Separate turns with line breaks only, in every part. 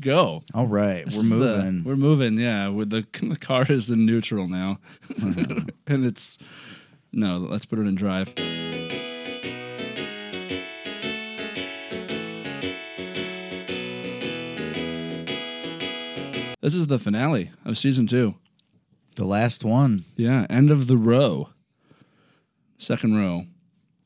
go.
All right, we're
This is the-
moving.
we're moving. Yeah, with the the car is in neutral now, and it's no. Let's put it in drive. This is the finale of season two.
the last one.
Yeah, end of the row. Second row.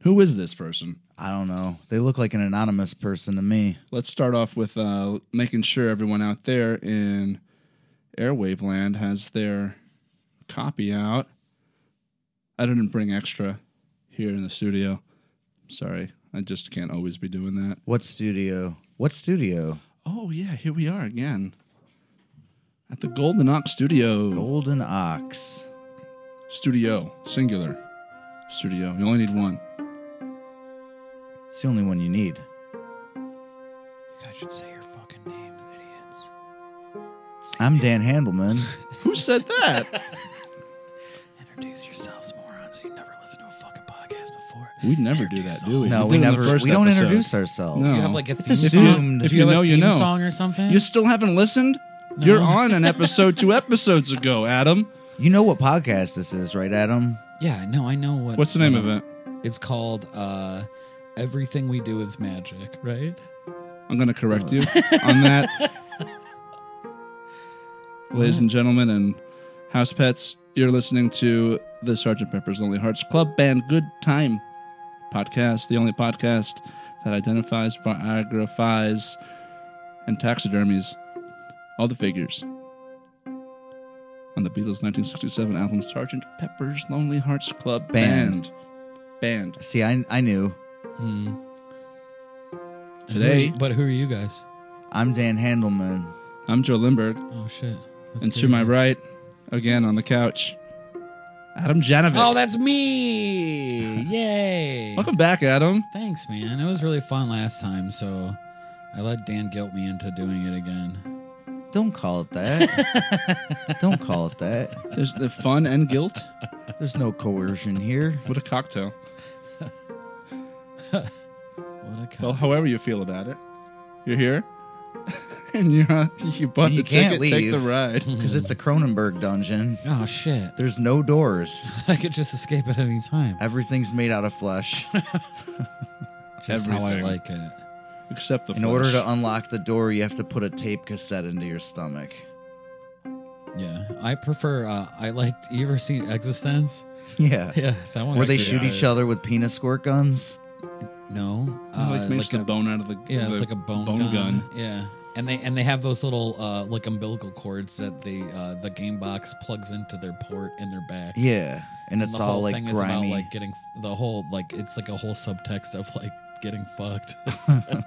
Who is this person?
I don't know. They look like an anonymous person to me.
Let's start off with uh, making sure everyone out there in airwave land has their copy out. I didn't bring extra here in the studio. Sorry, I just can't always be doing that.
What studio? What studio?
Oh, yeah, here we are again at the Golden Ox Studio.
Golden Ox.
Studio, singular. Studio. You only need one.
It's the only one you need.
You guys should say your fucking names, idiots.
I'm Dan Handelman.
Who said that?
Introduce yourselves, morons. You never listened to a fucking podcast before.
We never do
Introduce
that,
the
do we?
No,
We
we
do it in the
never.
first
We don't
episode.
introduce ourselves.
No.
You have like a
It's
theme
assumed.
song.
If
Do
you
have
know,
a
you
theme
know.
song or something.
You still haven't listened? You're on an episode two episodes ago, Adam.
You know what podcast this is, right, Adam?
yeah, no, I know what.
What's the name of it?
It's called uh, "Everything We Do Is Magic," right?
I'm going to correct you on that. Ladies and gentlemen and house pets, you're listening to the Sergeant Pepper's Lonely Hearts Club Band Good Time podcast, the only podcast that identifies, biographies, and taxidermies all the figures on the Beatles' 1967 album Sergeant Pepper's Lonely Hearts Club
Band.
Band. Band.
See, I I knew.
Today,
But who are you guys?
I'm Dan Handelman.
I'm Joe Lindberg.
Oh shit! That's
And to my
crazy.
right, again on the couch, Adam Janovic.
Oh, that's me! Yay!
Welcome back, Adam.
Thanks, man. It was really fun last time, so I let Dan guilt me into doing it again.
Don't call it that. don't call it that.
There's the fun and guilt.
There's no coercion here.
What a cocktail.
What a cow.
Well, however you feel about it, you're here, and you're on, you bought
And you
the
can't
ticket. Take the
leave.
ride.
Because it's a Cronenberg dungeon.
oh shit!
There's no doors.
I could just escape at any time.
Everything's made out of flesh.
That's how I
Everything.
like it.
Except the
In order to unlock the door, you have to put a tape cassette into your stomach.
Yeah, I prefer. Uh, I liked. You ever seen Existence?
Yeah.
Yeah, that one.
Where they shoot each other with penis squirt guns.
No, uh,
like, makes the
a-
bone out of the
Yeah,
the
it's like a bone, gun. Yeah, and they and they have those little uh, like umbilical cords that the uh, the game box plugs into their port in their back.
Yeah. And
And
it's
the
all
whole
like
thing is about
grimy.
like getting the whole like it's like a whole subtext of like getting fucked.
I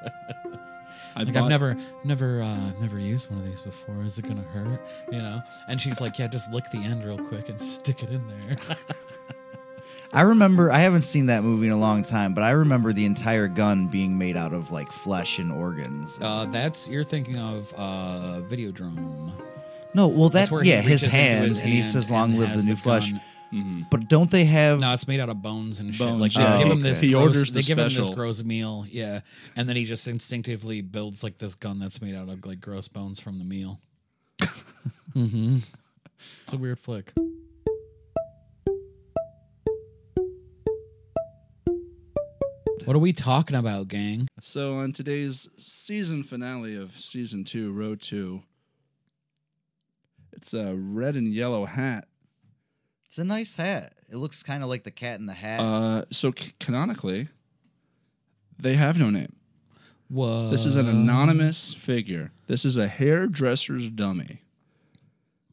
like
bought-
I've never never uh, never used one of these before. Is it gonna hurt? You know? And she's like, yeah, just lick the end real quick and stick it in there.
I remember I haven't seen that movie in a long time, but I remember the entire gun being made out of like flesh and organs.
uh, that's you're thinking of uh, Videodrome.
no, well that
that's where he
yeah, his
reaches into
hand,
his
and he
hand
says long
and
live the
has
new
the
flesh.
gun. Mm-hmm.
But don't they have
No, it's made out of bones and shit.
Bones,
Like they
yeah.
give
Oh,
him this.
okay. He
gross-
orders the
they give him
special.
this gross meal, yeah, and then he just instinctively builds like this gun that's made out of like gross bones from the meal. mm-hmm. It's a weird flick. What are we talking about, gang?
So on today's season finale of season two, row two, it's a red and yellow hat.
It's a nice hat. It looks kind of like the cat in the hat.
Uh, so c- canonically, they have no name.
Whoa!
This is an anonymous figure. This is a hairdresser's dummy.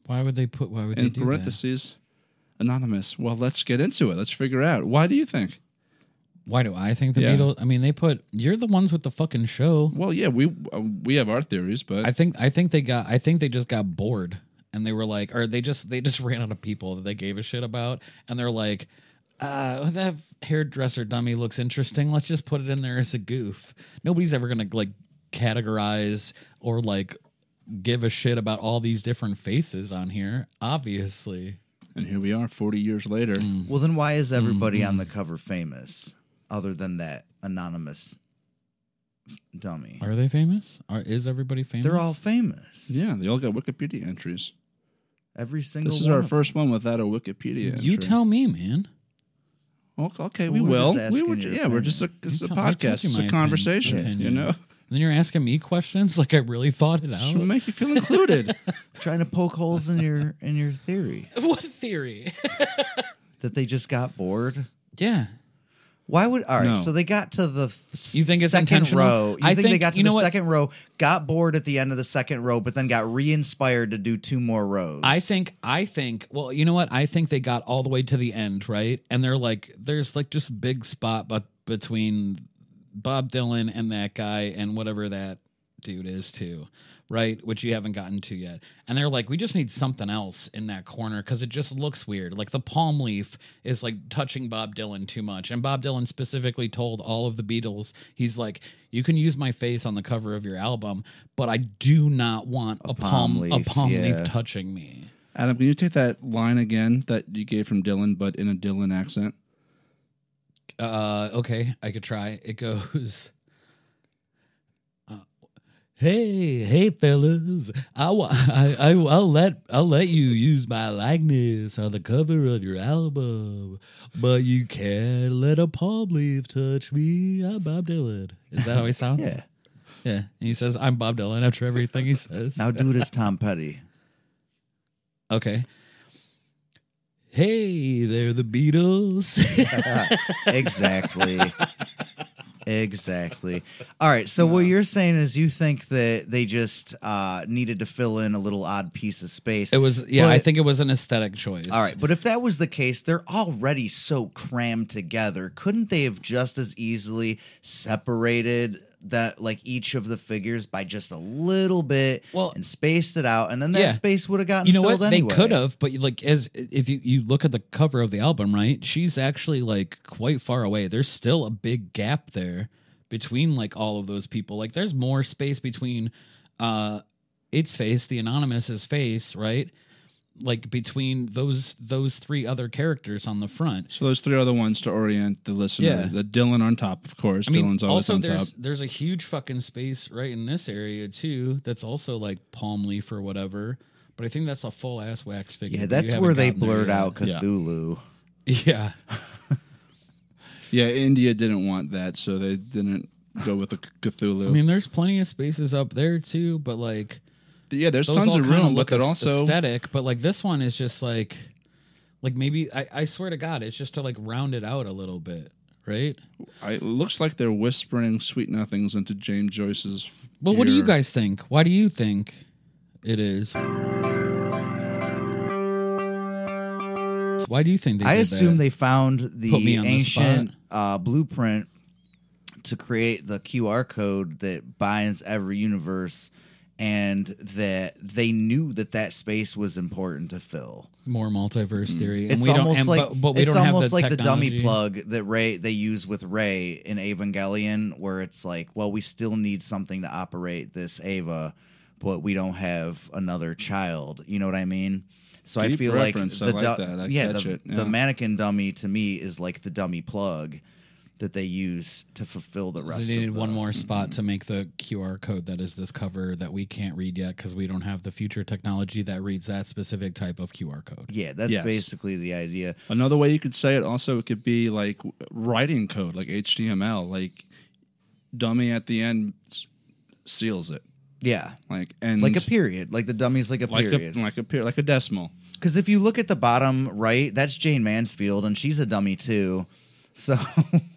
Why would they put? Why would they
In
do that?
parentheses, anonymous. Well, let's get into it. Let's figure out. Why do you think?
Why do I think the
Yeah.
Beatles? I mean, they put. You're the ones with the fucking show.
Well, yeah, we uh, we have our theories, but
I think I think they got I think they just got bored and they were like or they just they just ran out of people that they gave a shit about and they're like uh that hairdresser dummy looks interesting let's just put it in there as a goof nobody's ever gonna like categorize or like give a shit about all these different faces on here obviously
and here we are, forty years later.
Mm.
well, then
Mm-hmm.
why is everybody on the cover famous other than that anonymous dummy.
Are they famous? Are, is everybody famous?
They're all famous.
Yeah, they all got Wikipedia entries.
Every single.
This is
one
our
of
first one without a Wikipedia entry.
You tell Oh, me, man.
Okay, okay, we
we're
will.
just
We
asking
were,
your
yeah, we're just a,
You
it's a
tell- I told you
podcast, it's
my
a
opin-
conversation, you
opinion. Oh.
know.
And then you're asking me questions like I really thought it
Should
out.
make you feel included.
them. trying to poke holes in your in your theory
what theory?
that they just got bored.
yeah.
Why would all right?
No.
So they got to the th-
You think it's
second
intentional?
row. You
I
think, they
think-
got to
you
the
know what?
second row, got bored at the end of the second row, but then got re-inspired to do two more rows.
I think I think well, you know what? I think they got all the way to the end, right? And they're like there's like just a big spot but between Bob Dylan and that guy and whatever that dude is too, right? Which you haven't gotten to yet. And they're like, we just need something else in that corner because it just looks weird. Like the palm leaf is like touching Bob Dylan too much. And Bob Dylan specifically told all of the Beatles, he's like, you can use my face on the cover of your album, but I do not want a, palm,
palm
a
leaf,
palm
yeah.
leaf touching me.
Adam, can you take that line again that you gave from Dylan, but in a Dylan accent?
Uh, okay, I could try. It goes. uh, Hey, hey, fellas! I, wa- I, I, I'll let, I'll let you use my likeness on the cover of your album, but you can't let a palm leaf touch me. I'm Bob Dylan. Is that how he sounds?
Yeah.
yeah. And he says, "I'm Bob Dylan" after everything he says.
Now do it as Tom Petty.
okay. Hey, they're the Beatles.
exactly. exactly. All right. So what you're saying is you think that they just uh, needed to fill in a little odd piece of space.
it was, yeah. I
But-
think it was an aesthetic choice.
All right, but if that was the case, they're already so crammed together. Couldn't they have just as easily separated that like each of the figures by just a little bit
Well-
and spaced it out and then that
Yeah.
space would have gotten
you know
filled
what
anyway.
they could have but you like as if you you look at the cover of the album right she's actually like quite far away there's still a big gap there between like all of those people like there's more space between uh its face the anonymous's face right like between those those three other characters on the front
So those three other ones to orient the listener.
Yeah.
The Dylan on top, of course.
I mean,
Dylan's always
also
on top.
there's there's a huge fucking space right in this area too. That's also like palm leaf or whatever. But I think that's a full ass wax figure.
Yeah,
but you
that's
haven't
where they
gotten there
blurred
yet.
out
Yeah.
Cthulhu.
Yeah,
Yeah, India didn't want that, so they didn't go with the C- Cthulhu.
I mean, there's plenty of spaces up there too, but like
yeah, there's
those
tons
all
of
kinda
room, but
look
they're
aes-
also
aesthetic. But like this one is just like, like maybe I, I swear to God, it's just to like round it out a little bit, right?
I, it looks like they're whispering sweet nothings into James Joyce's.
Well, what do you
ear.
guys think? Why do you think it is? Why do you think they?
I
did
assume
that?
they found the
Put me on the
ancient uh, blueprint to create the QR code that binds every universe, and that they knew that that space was important to fill.
more multiverse theory. And
It's
we
almost
don't, and,
like
but, but we
it's
don't have
almost
the
like the
technology.
dummy plug that Ray they use with Ray in Evangelion, where it's like, well, we still need something to operate this Ava, but we don't have another child. You know what I mean? So I
Deep
feel
reference. I
like the
like
du-
that. I
yeah,
catch
the,
it. Yeah.
the mannequin dummy to me is like the dummy plug that they use to fulfill the rest.
They
of
needed
the-
one more spot to make the QR code that is this cover that we can't read yet because we don't have the future technology that reads that specific type of QR code.
Yeah, that's
Yes.
basically the idea.
Another way you could say it also it could be like w- writing code, like HTML, like dummy at the end s- seals it,
Yeah,
like and
like a period, like the dummy's like a
like
period.
a like a per- like a decimal.
Mm-hmm.
Because if you look at the bottom right, that's Jane Mansfield, and she's a dummy too. So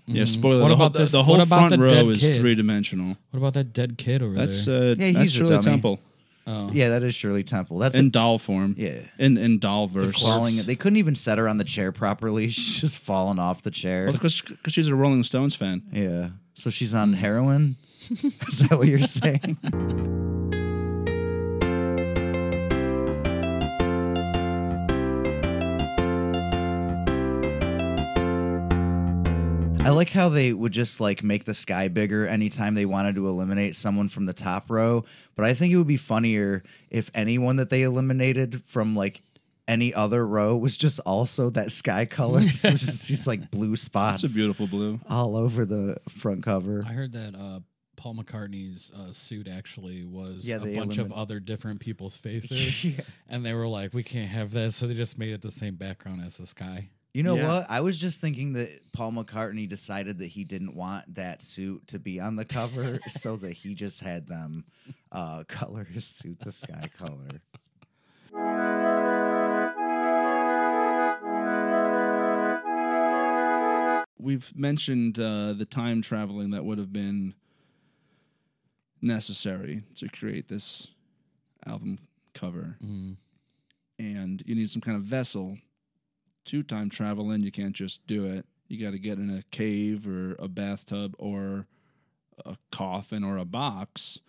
Yeah, spoiler.
What
the whole,
about this-
The
what
whole
about
front
the
row
dead
is
kid?
three dimensional.
What about that dead kid over
That's
there?
uh,
Yeah, he's
that's
a
Shirley
dummy.
Temple
yeah, that is Shirley Temple. That's
in doll form.
Yeah.
in in doll verse.
a falling. They couldn't even set her on the chair properly. She's just falling off the chair.
because she's a Rolling Stones fan.
Yeah. So she's on heroin. is that what you're saying? I like how they would just like make the sky bigger anytime they wanted to eliminate someone from the top row. But I think it would be funnier if anyone that they eliminated from like any other row was just also that sky color. so it's just these like blue spots
That's a beautiful blue.
all over the front cover.
I heard that uh, Paul McCartney's uh, suit actually was
Yeah,
a
they
bunch of
elimin-
other different people's faces, and they were like, "We can't have this," so they just made it the same background as this guy.
You know
Yeah.
what? I was just thinking that Paul McCartney decided that he didn't want that suit to be on the cover, so that he just had them uh, color his suit the sky color.
We've mentioned uh, the time traveling that would have been necessary to create this album cover.
Hmm.
And you need some kind of vessel to time travel in. You can't just do it. You got to get in a cave or a bathtub or a coffin or a box.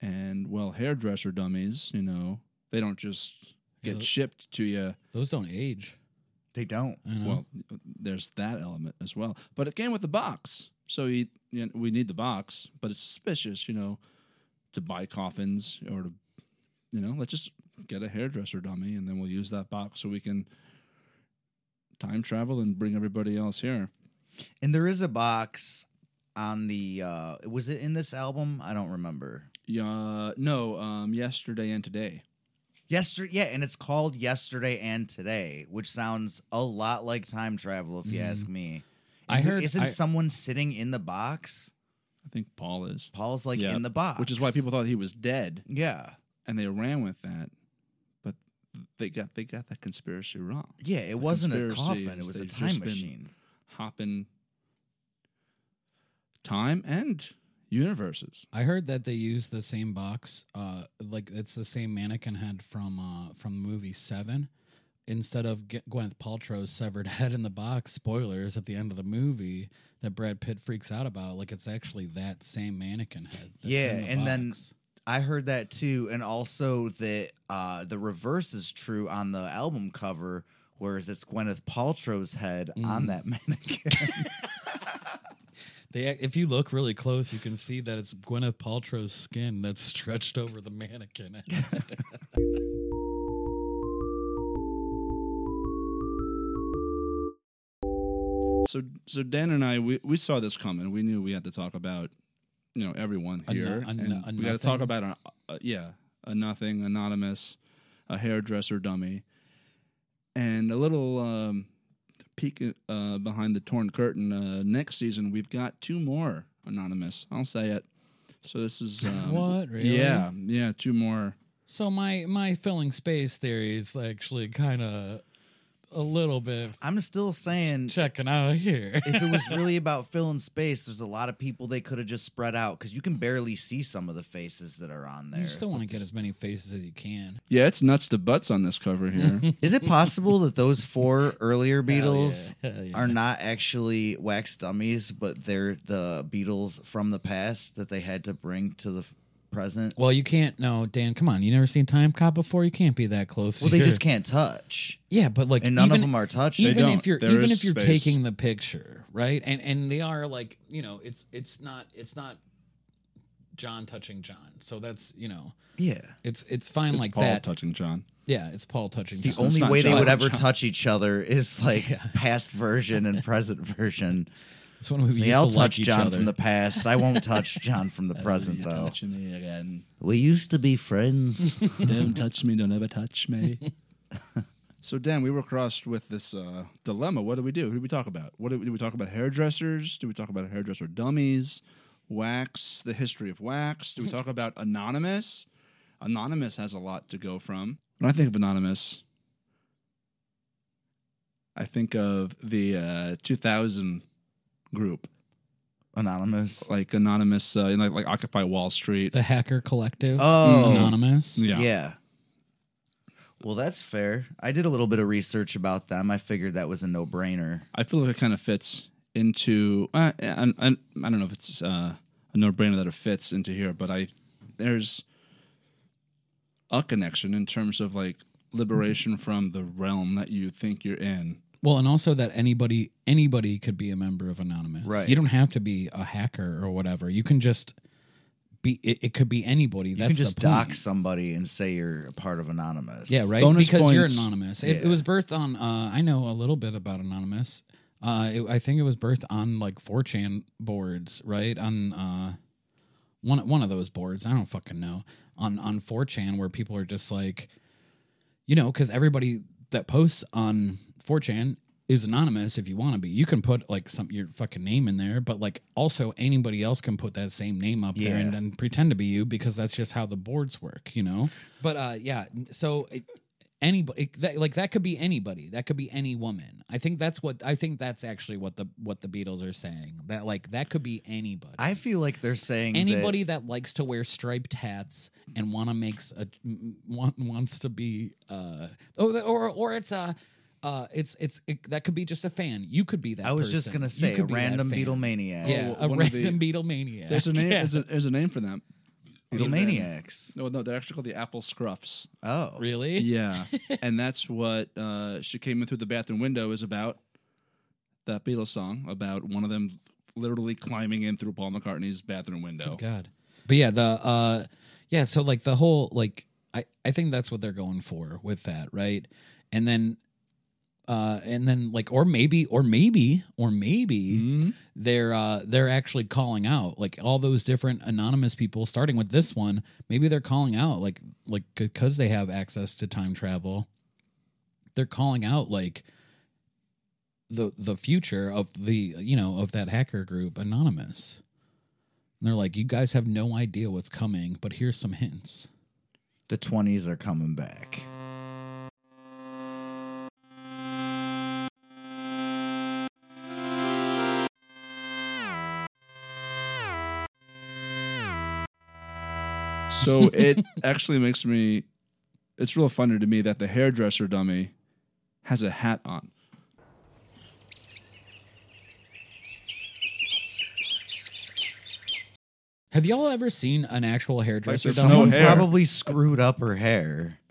And well, hairdresser dummies, you know, they don't just get
Yeah.
shipped to you.
Those don't age.
They don't.
I know.
Well, there's that element as well. But it came with the box, so you, you know, we need the box. But it's suspicious, you know, to buy coffins or to, you know, let's just get a hairdresser dummy, and then we'll use that box so we can time travel and bring everybody else here.
And there is a box on the. Uh, was it in this album? I don't remember.
Yeah, no, um, yesterday and today.
Yesterday, yeah, and it's called Yesterday and Today, which sounds a lot like time travel, if you
Mm-hmm.
ask me.
I heard-
Isn't
I-
someone sitting in the box?
I think Paul is
Paul's like
Yeah,
in the box,
which is why people thought he was dead,
Yeah,
and they ran with that. But they got they got that conspiracy wrong.
yeah. It wasn't a
conspiracy
coffin; it
is
was a
they've just been-
time machine.
hopping time and universes.
I heard that they use the same box, uh, like it's the same mannequin head from uh, from the movie Seven. Instead of G- Gwyneth Paltrow's severed head in the box, spoilers at the end of the movie that Brad Pitt freaks out about, like it's actually that same mannequin head. that's
Yeah,
in the
and then
box.
I heard that too, and also that uh, the reverse is true on the album cover, whereas it's Gwyneth Paltrow's head on that mannequin.
they, if you look really close, you can see that it's Gwyneth Paltrow's skin that's stretched over the mannequin. head.
So so Dan and I we, we saw this coming. We knew we had to talk about you know everyone
A no-
here.
a no-
and
a
we got to talk
nothing?
about a, a yeah a nothing anonymous, a hairdresser dummy, and a little um, peek uh, behind the torn curtain. Uh, next season we've got two more anonymous. I'll say it. So this is um,
What? Really?
Yeah, yeah, two more.
so my my filling space theory is actually kind of a little bit
I'm still saying
checking out here.
if it was really about filling space, there's a lot of people they could have just spread out because you can barely see some of the faces that are on there.
You still want to get as many faces as you can.
Yeah, it's nuts to butts on this cover here.
Is it possible that those four earlier Beatles
yeah, hell yeah.
are not actually wax dummies, but they're the Beatles from the past that they had to bring to the f- present?
Well, you can't. No, Dan, come on. You never seen Time Cop before. You can't be that close.
Well, they
You're-
just can't touch.
Yeah, but like,
and none
even-
of them are touched.
They
Even
don't.
if you're,
There
even
is
if you're
space.
taking the picture, right? And and they are like, you know, it's it's not it's not John touching John. So that's you know,
yeah.
it's it's fine
It's
like
Paul
that.
touching John.
yeah, it's Paul touching.
The
John.
only
not
way they
John.
would ever
John.
touch each other is like past version and present version.
It's when we used
They
to
all
like
touch
each
John
other.
from the past. I won't touch John from the present though.
me again.
We used to be friends.
Don't touch me. Don't ever touch me. so Dan, we were crossed with this uh, dilemma. What do we do? Who do we talk about? What do we, do we talk about? Hairdressers? Do we talk about hairdresser dummies? Wax? The history of wax? Do we talk about anonymous? Anonymous has a lot to go from. When I think of anonymous, I think of the uh, 2000 group,
Anonymous.
like anonymous, uh, like, like Occupy Wall Street.
the Hacker Collective.
Oh.
anonymous.
Yeah. Well, that's fair. I did a little bit of research about them. I figured that was a no-brainer.
I feel like it kind of fits into. Uh, I, I, I don't know if it's uh, a no-brainer that it fits into here, but I there's a connection in terms of like liberation from the realm that you think you're in.
Well, and also that anybody anybody could be a member of Anonymous.
Right.
You don't have to be a hacker or whatever. You can just be. It, it could be anybody.
You
That's
can just
the point.
dock somebody and say you're a part of Anonymous.
Yeah, right.
Bonus
because you're
points.
anonymous. It, it
Yeah.
was birthed on. Uh, I know a little bit about anonymous. Uh, it, I think it was birthed on like 4chan boards, right? On uh, one one of those boards. I don't fucking know on on 4chan where people are just like, you know, because everybody that posts on 4chan is anonymous if you want to be. You can put like some your fucking name in there, but like also anybody else can put that same name up there and
Yeah.
then pretend to be you because that's just how the boards work, you know. But uh, yeah, so. It, anybody it- that, like that could be anybody that could be any woman i think that's what i think that's actually what the what the beatles are saying that like that could be anybody
I feel like they're saying that-
anybody that, likes to wear striped hats and want to makes a m- want, wants to be uh oh th- or or it's a uh it's it's it, that could be just a fan you could be that
I was just
person.
gonna
You
say
could
a
be that
random
fan.
Beatlemaniac.
yeah
Oh,
a
one of the-
random beetle maniac
There's a name.
yeah.
There's, a, there's a name for them. Oh,
Beatlemaniacs.
No, no, they're actually called the Apple Scruffs.
Oh.
really
Yeah, and that's what uh, "She Came In Through the Bathroom Window" is about. That Beatles song about one of them literally climbing in through Paul McCartney's bathroom window.
Oh, God. But yeah, the uh yeah, so like the whole like I I think that's what they're going for with that, right? And then uh and then like or maybe or maybe or
Mm-hmm.
maybe
Mm-hmm.
they're uh they're actually calling out like all those different anonymous people starting with this one, maybe they're calling out like like cuz they have access to time travel. They're calling out like the the future of the you know of that hacker group anonymous. And they're like, you guys have no idea what's coming, but here's some hints.
The twenties are coming back.
So it actually makes me. It's real funny to me that the hairdresser dummy has a hat on.
Have y'all ever seen an actual hairdresser?
there's
dummy?
no
Someone
hair.
probably screwed up her hair.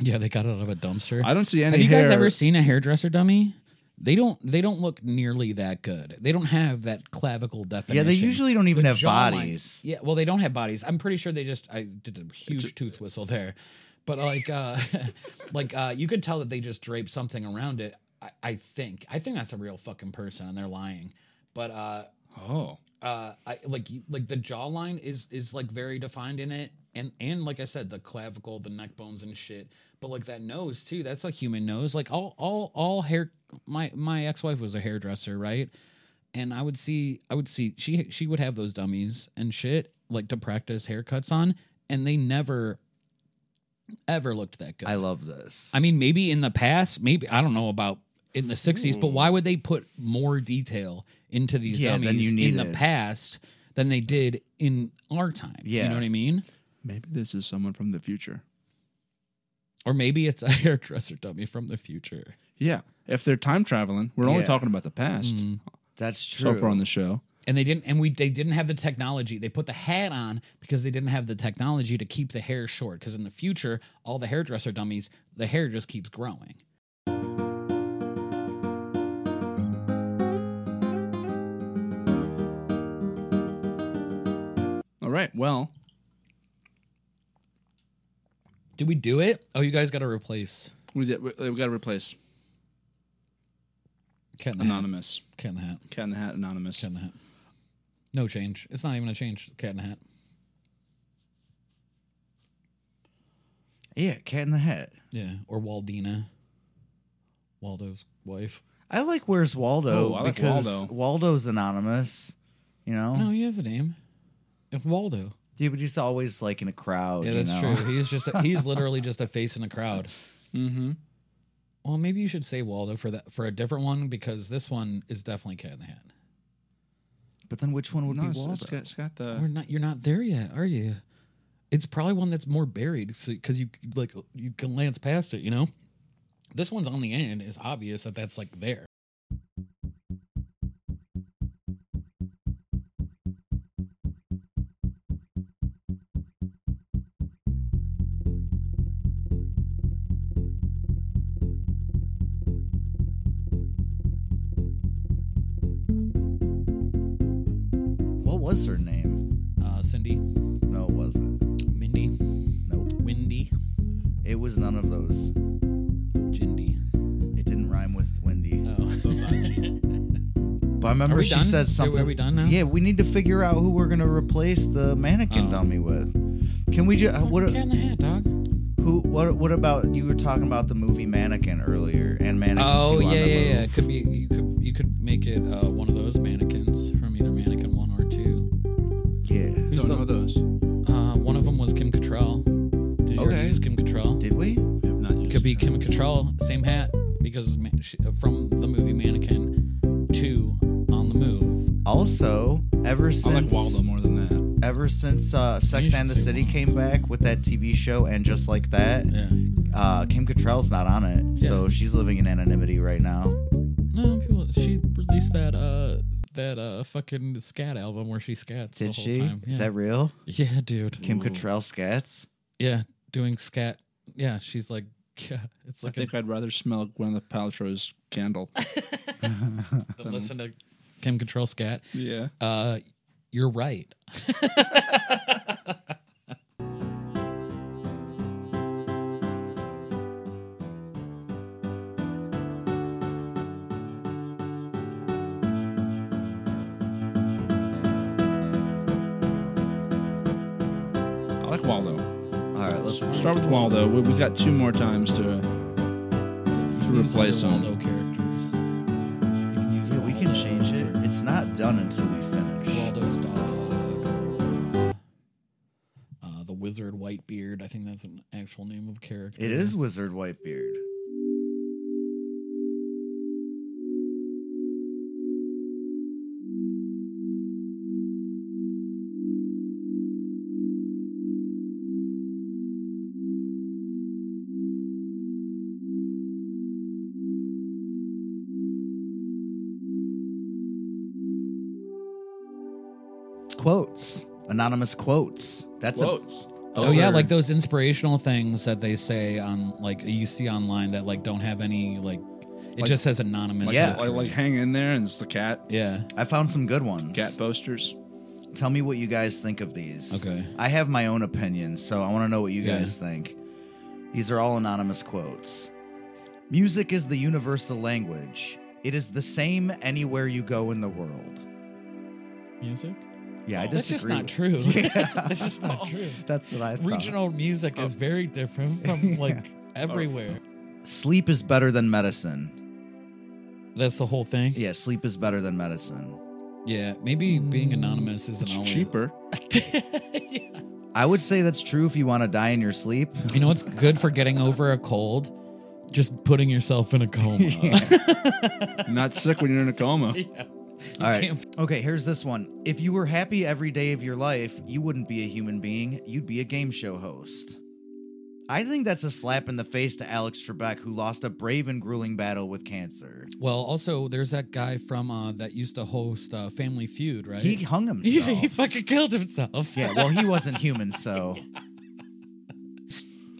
Yeah, they got it out of a dumpster.
I don't see any.
Have you guys
hair-
ever seen a hairdresser dummy? They don't. They don't look nearly that good. They don't have that clavicle definition.
Yeah, they usually don't even
The
have
jawline-
bodies.
Yeah, well, they don't have bodies. I'm pretty sure they just. I did a huge tooth whistle there, but like, uh like uh you could tell that they just draped something around it. I, I think. I think that's a real fucking person, and they're lying. But uh
Oh,
uh I, like you- like the jawline is is like very defined in it and and like i said the clavicle the neck bones and shit but like that nose too that's a human nose like all all all hair my my ex-wife was a hairdresser right and i would see i would see she she would have those dummies and shit like to practice haircuts on and they never ever looked that good
I love this.
I mean, maybe in the past, maybe I don't know about in the '60s, but why would they put more detail into these
Yeah, than you
dummies in the
needed.
past than they did in our time? you
Yeah.
know what I mean.
maybe this is someone from the future.
Or maybe it's a hairdresser dummy from the future.
Yeah, if they're time traveling, we're only
Yeah.
talking about the past
Mm-hmm.
That's
so
true.
far on the show.
And they didn't, and we they didn't have the technology. They put the hat on because they didn't have the technology to keep the hair short. Because in the future, all the hairdresser dummies, the hair just keeps growing.
All right, well,
Did we do it? Oh, you guys got to replace
we did, we, we got to replace
Cat in the Hat.
anonymous
Cat in the Hat.
cat in the hat anonymous.
Cat in the Hat. No change. It's not even a change. Cat in the Hat.
yeah, Cat in the Hat.
Yeah, or Waldina, Waldo's wife.
I like Where's Waldo
Oh, I like
because
Waldo.
Waldo's anonymous. You know,
No, he has a name. Waldo.
yeah, but he's always like in a crowd.
Yeah,
you
that's
know?
true. He's just a, he's literally just a face in a crowd.
Mm-hmm.
Well, maybe you should say Waldo for that for a different one because this one is definitely Cat in the Hat.
But then which one would
No,
be
it's,
Waldo?
it's got, it's got
Uh.
the.
We're not. You're not there yet, are you? It's probably one that's more buried because you like you glance past it. You know, this one's on the end. It's obvious that that's like there.
What was her name?
Uh, Cindy,
No, it wasn't.
Mindy,
Nope.
Windy,
It was none of those.
Jindy.
Oh. It didn't rhyme with Wendy.
Oh.
But I remember
we
she
done? Are
said
we-
something.
are we done now?
Yeah, we need to figure out who we're gonna replace the mannequin
Oh.
dummy with. Can we just what?
Cat in the hat, dog.
Who? What? What about you were talking about the movie Mannequin earlier and Mannequin
Oh
2 on
yeah, yeah,
the
yeah.
Move.
It could be you could you could make it uh, one of those mannequins from either mannequin one or two.
yeah.
Who's
Don't know those.
the uh, one of them was Kim Cattrall. Did you
Okay.
already use Kim Cattrall?
Did we?
We have not used
could be Kim Cattrall, same hat because ma- she, from the movie Mannequin two on the move.
Also, ever
I
since
like Waldo more than that.
ever since uh, Sex
should
and the
say
City
Waldo.
came back with that TV show and just like that,
Yeah.
uh, Kim Cattrall's not on it, so
Yeah.
she's living in anonymity right now.
No, people. She released that uh that uh fucking scat album where she scats. the
Did
whole
she?
Time. Yeah.
Is that real?
yeah, dude.
Kim Cattrall scats.
Yeah, doing scat. Yeah, she's like. Yeah, it's
I
like a
think I'd rather smell Gwyneth Paltrow's candle.
Then listen to Kim Control Scat.
yeah.
Uh, you're right.
I like Waldo.
All right, let's.
Start with Waldo. We, we got two more times to.
You
To
can use
replace
other
them.
Waldo characters. You can use
Yeah, we can
Waldo
change it.
or
It's not done until we finish.
Waldo's dog. or, Uh, the wizard Whitebeard. I think that's an actual name of character.
It is Wizard Whitebeard. Quotes. Anonymous quotes. That's a
Quotes.
Oh
Those
yeah,
are-
like those inspirational things that they say on like you see online that like don't have any like it
Like-
just says anonymous.
Like,
Yeah.
Like, like hang in there and it's the cat.
yeah.
I found some good ones.
Cat posters.
Tell me what you guys think of these.
Okay.
I have my own opinions, so I want to know what you
Yeah.
guys think. These are all anonymous quotes. Music is the universal language. It is the same anywhere you go in the world.
Music.
Yeah, I
That's just
disagree.
not
with-
true.
Yeah.
That's just not true.
That's Um, what I thought.
Regional music is very different from like
Oh.
everywhere.
Sleep is better than medicine.
That's the whole thing.
Yeah, sleep is better than medicine.
Yeah, maybe being anonymous isn't
It's
always
cheaper.
Yeah.
I would say that's true if you want to die in your sleep.
You know what's good for getting over a cold? Just putting yourself in a coma.
not sick when you're in a coma.
All right.
can't-
Okay, here's this one. If you were happy every day of your life, you wouldn't be a human being, you'd be a game show host. I think that's a slap in the face to Alex Trebek, who lost a brave and grueling battle with cancer.
Well, also there's that guy from uh, that used to host uh, Family Feud, right?
He hung
yeah, he
himself.
fucking killed himself.
yeah, well, he wasn't human, so.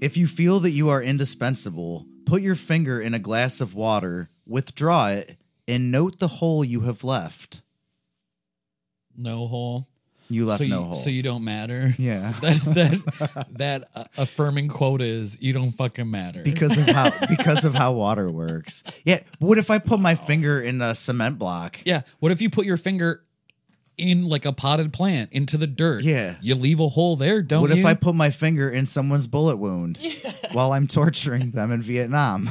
If you feel that you are indispensable, put your finger in a glass of water, withdraw it, and note the hole you have left.
no hole.
You left
so
no
you,
hole.
So you don't matter.
yeah.
that that that uh, affirming quote is you don't fucking matter
because of how because of how water works. Yeah, but what if I put my finger in a cement block?
yeah what if you put your finger in like a potted plant into the dirt
Yeah.
you leave a hole there don't
What if
you?
I put my finger in someone's bullet wound while I'm torturing them in Vietnam?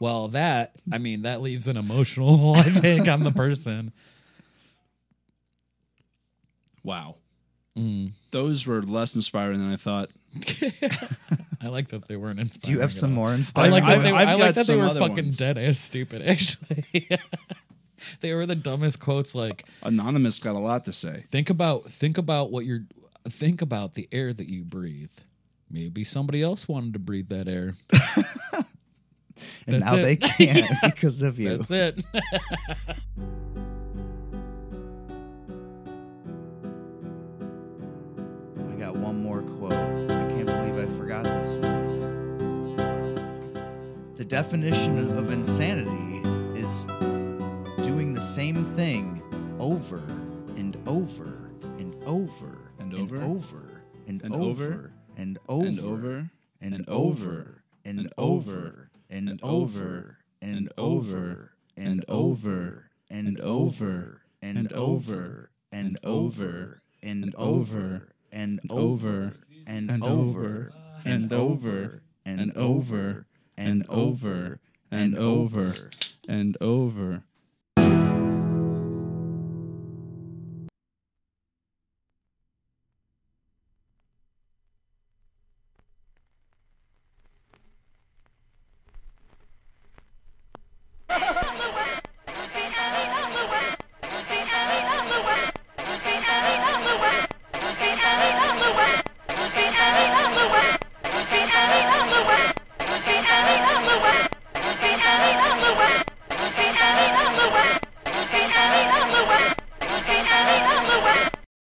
well that i mean that leaves an emotional hole, i think on the person
Wow. Those were less inspiring than I thought.
i like that they weren't inspired
Do you have some more
Oh i
inspiring?
like that
I've-
they,
I've
I like
got
that they
some
were
other
fucking
ones.
dead ass stupid actually they were the dumbest quotes like
Anonymous got a lot to say.
Think about think about what you're think about the air that you breathe. Maybe somebody else wanted to breathe that air.
and now
that's
they
it.
can't because of you.
That's it.
I got one more quote. I can't believe I forgot this one. The definition of insanity is doing the same thing over and over and over
And over?
and over and,
And
over
over?
and over
And over?
and
And
over
over?
and
And
over
over?
and
And
over
over?
and
And
over
over?
and
And
over and,
And
over and, over and over and over and over and over and over and over and over and over.
and over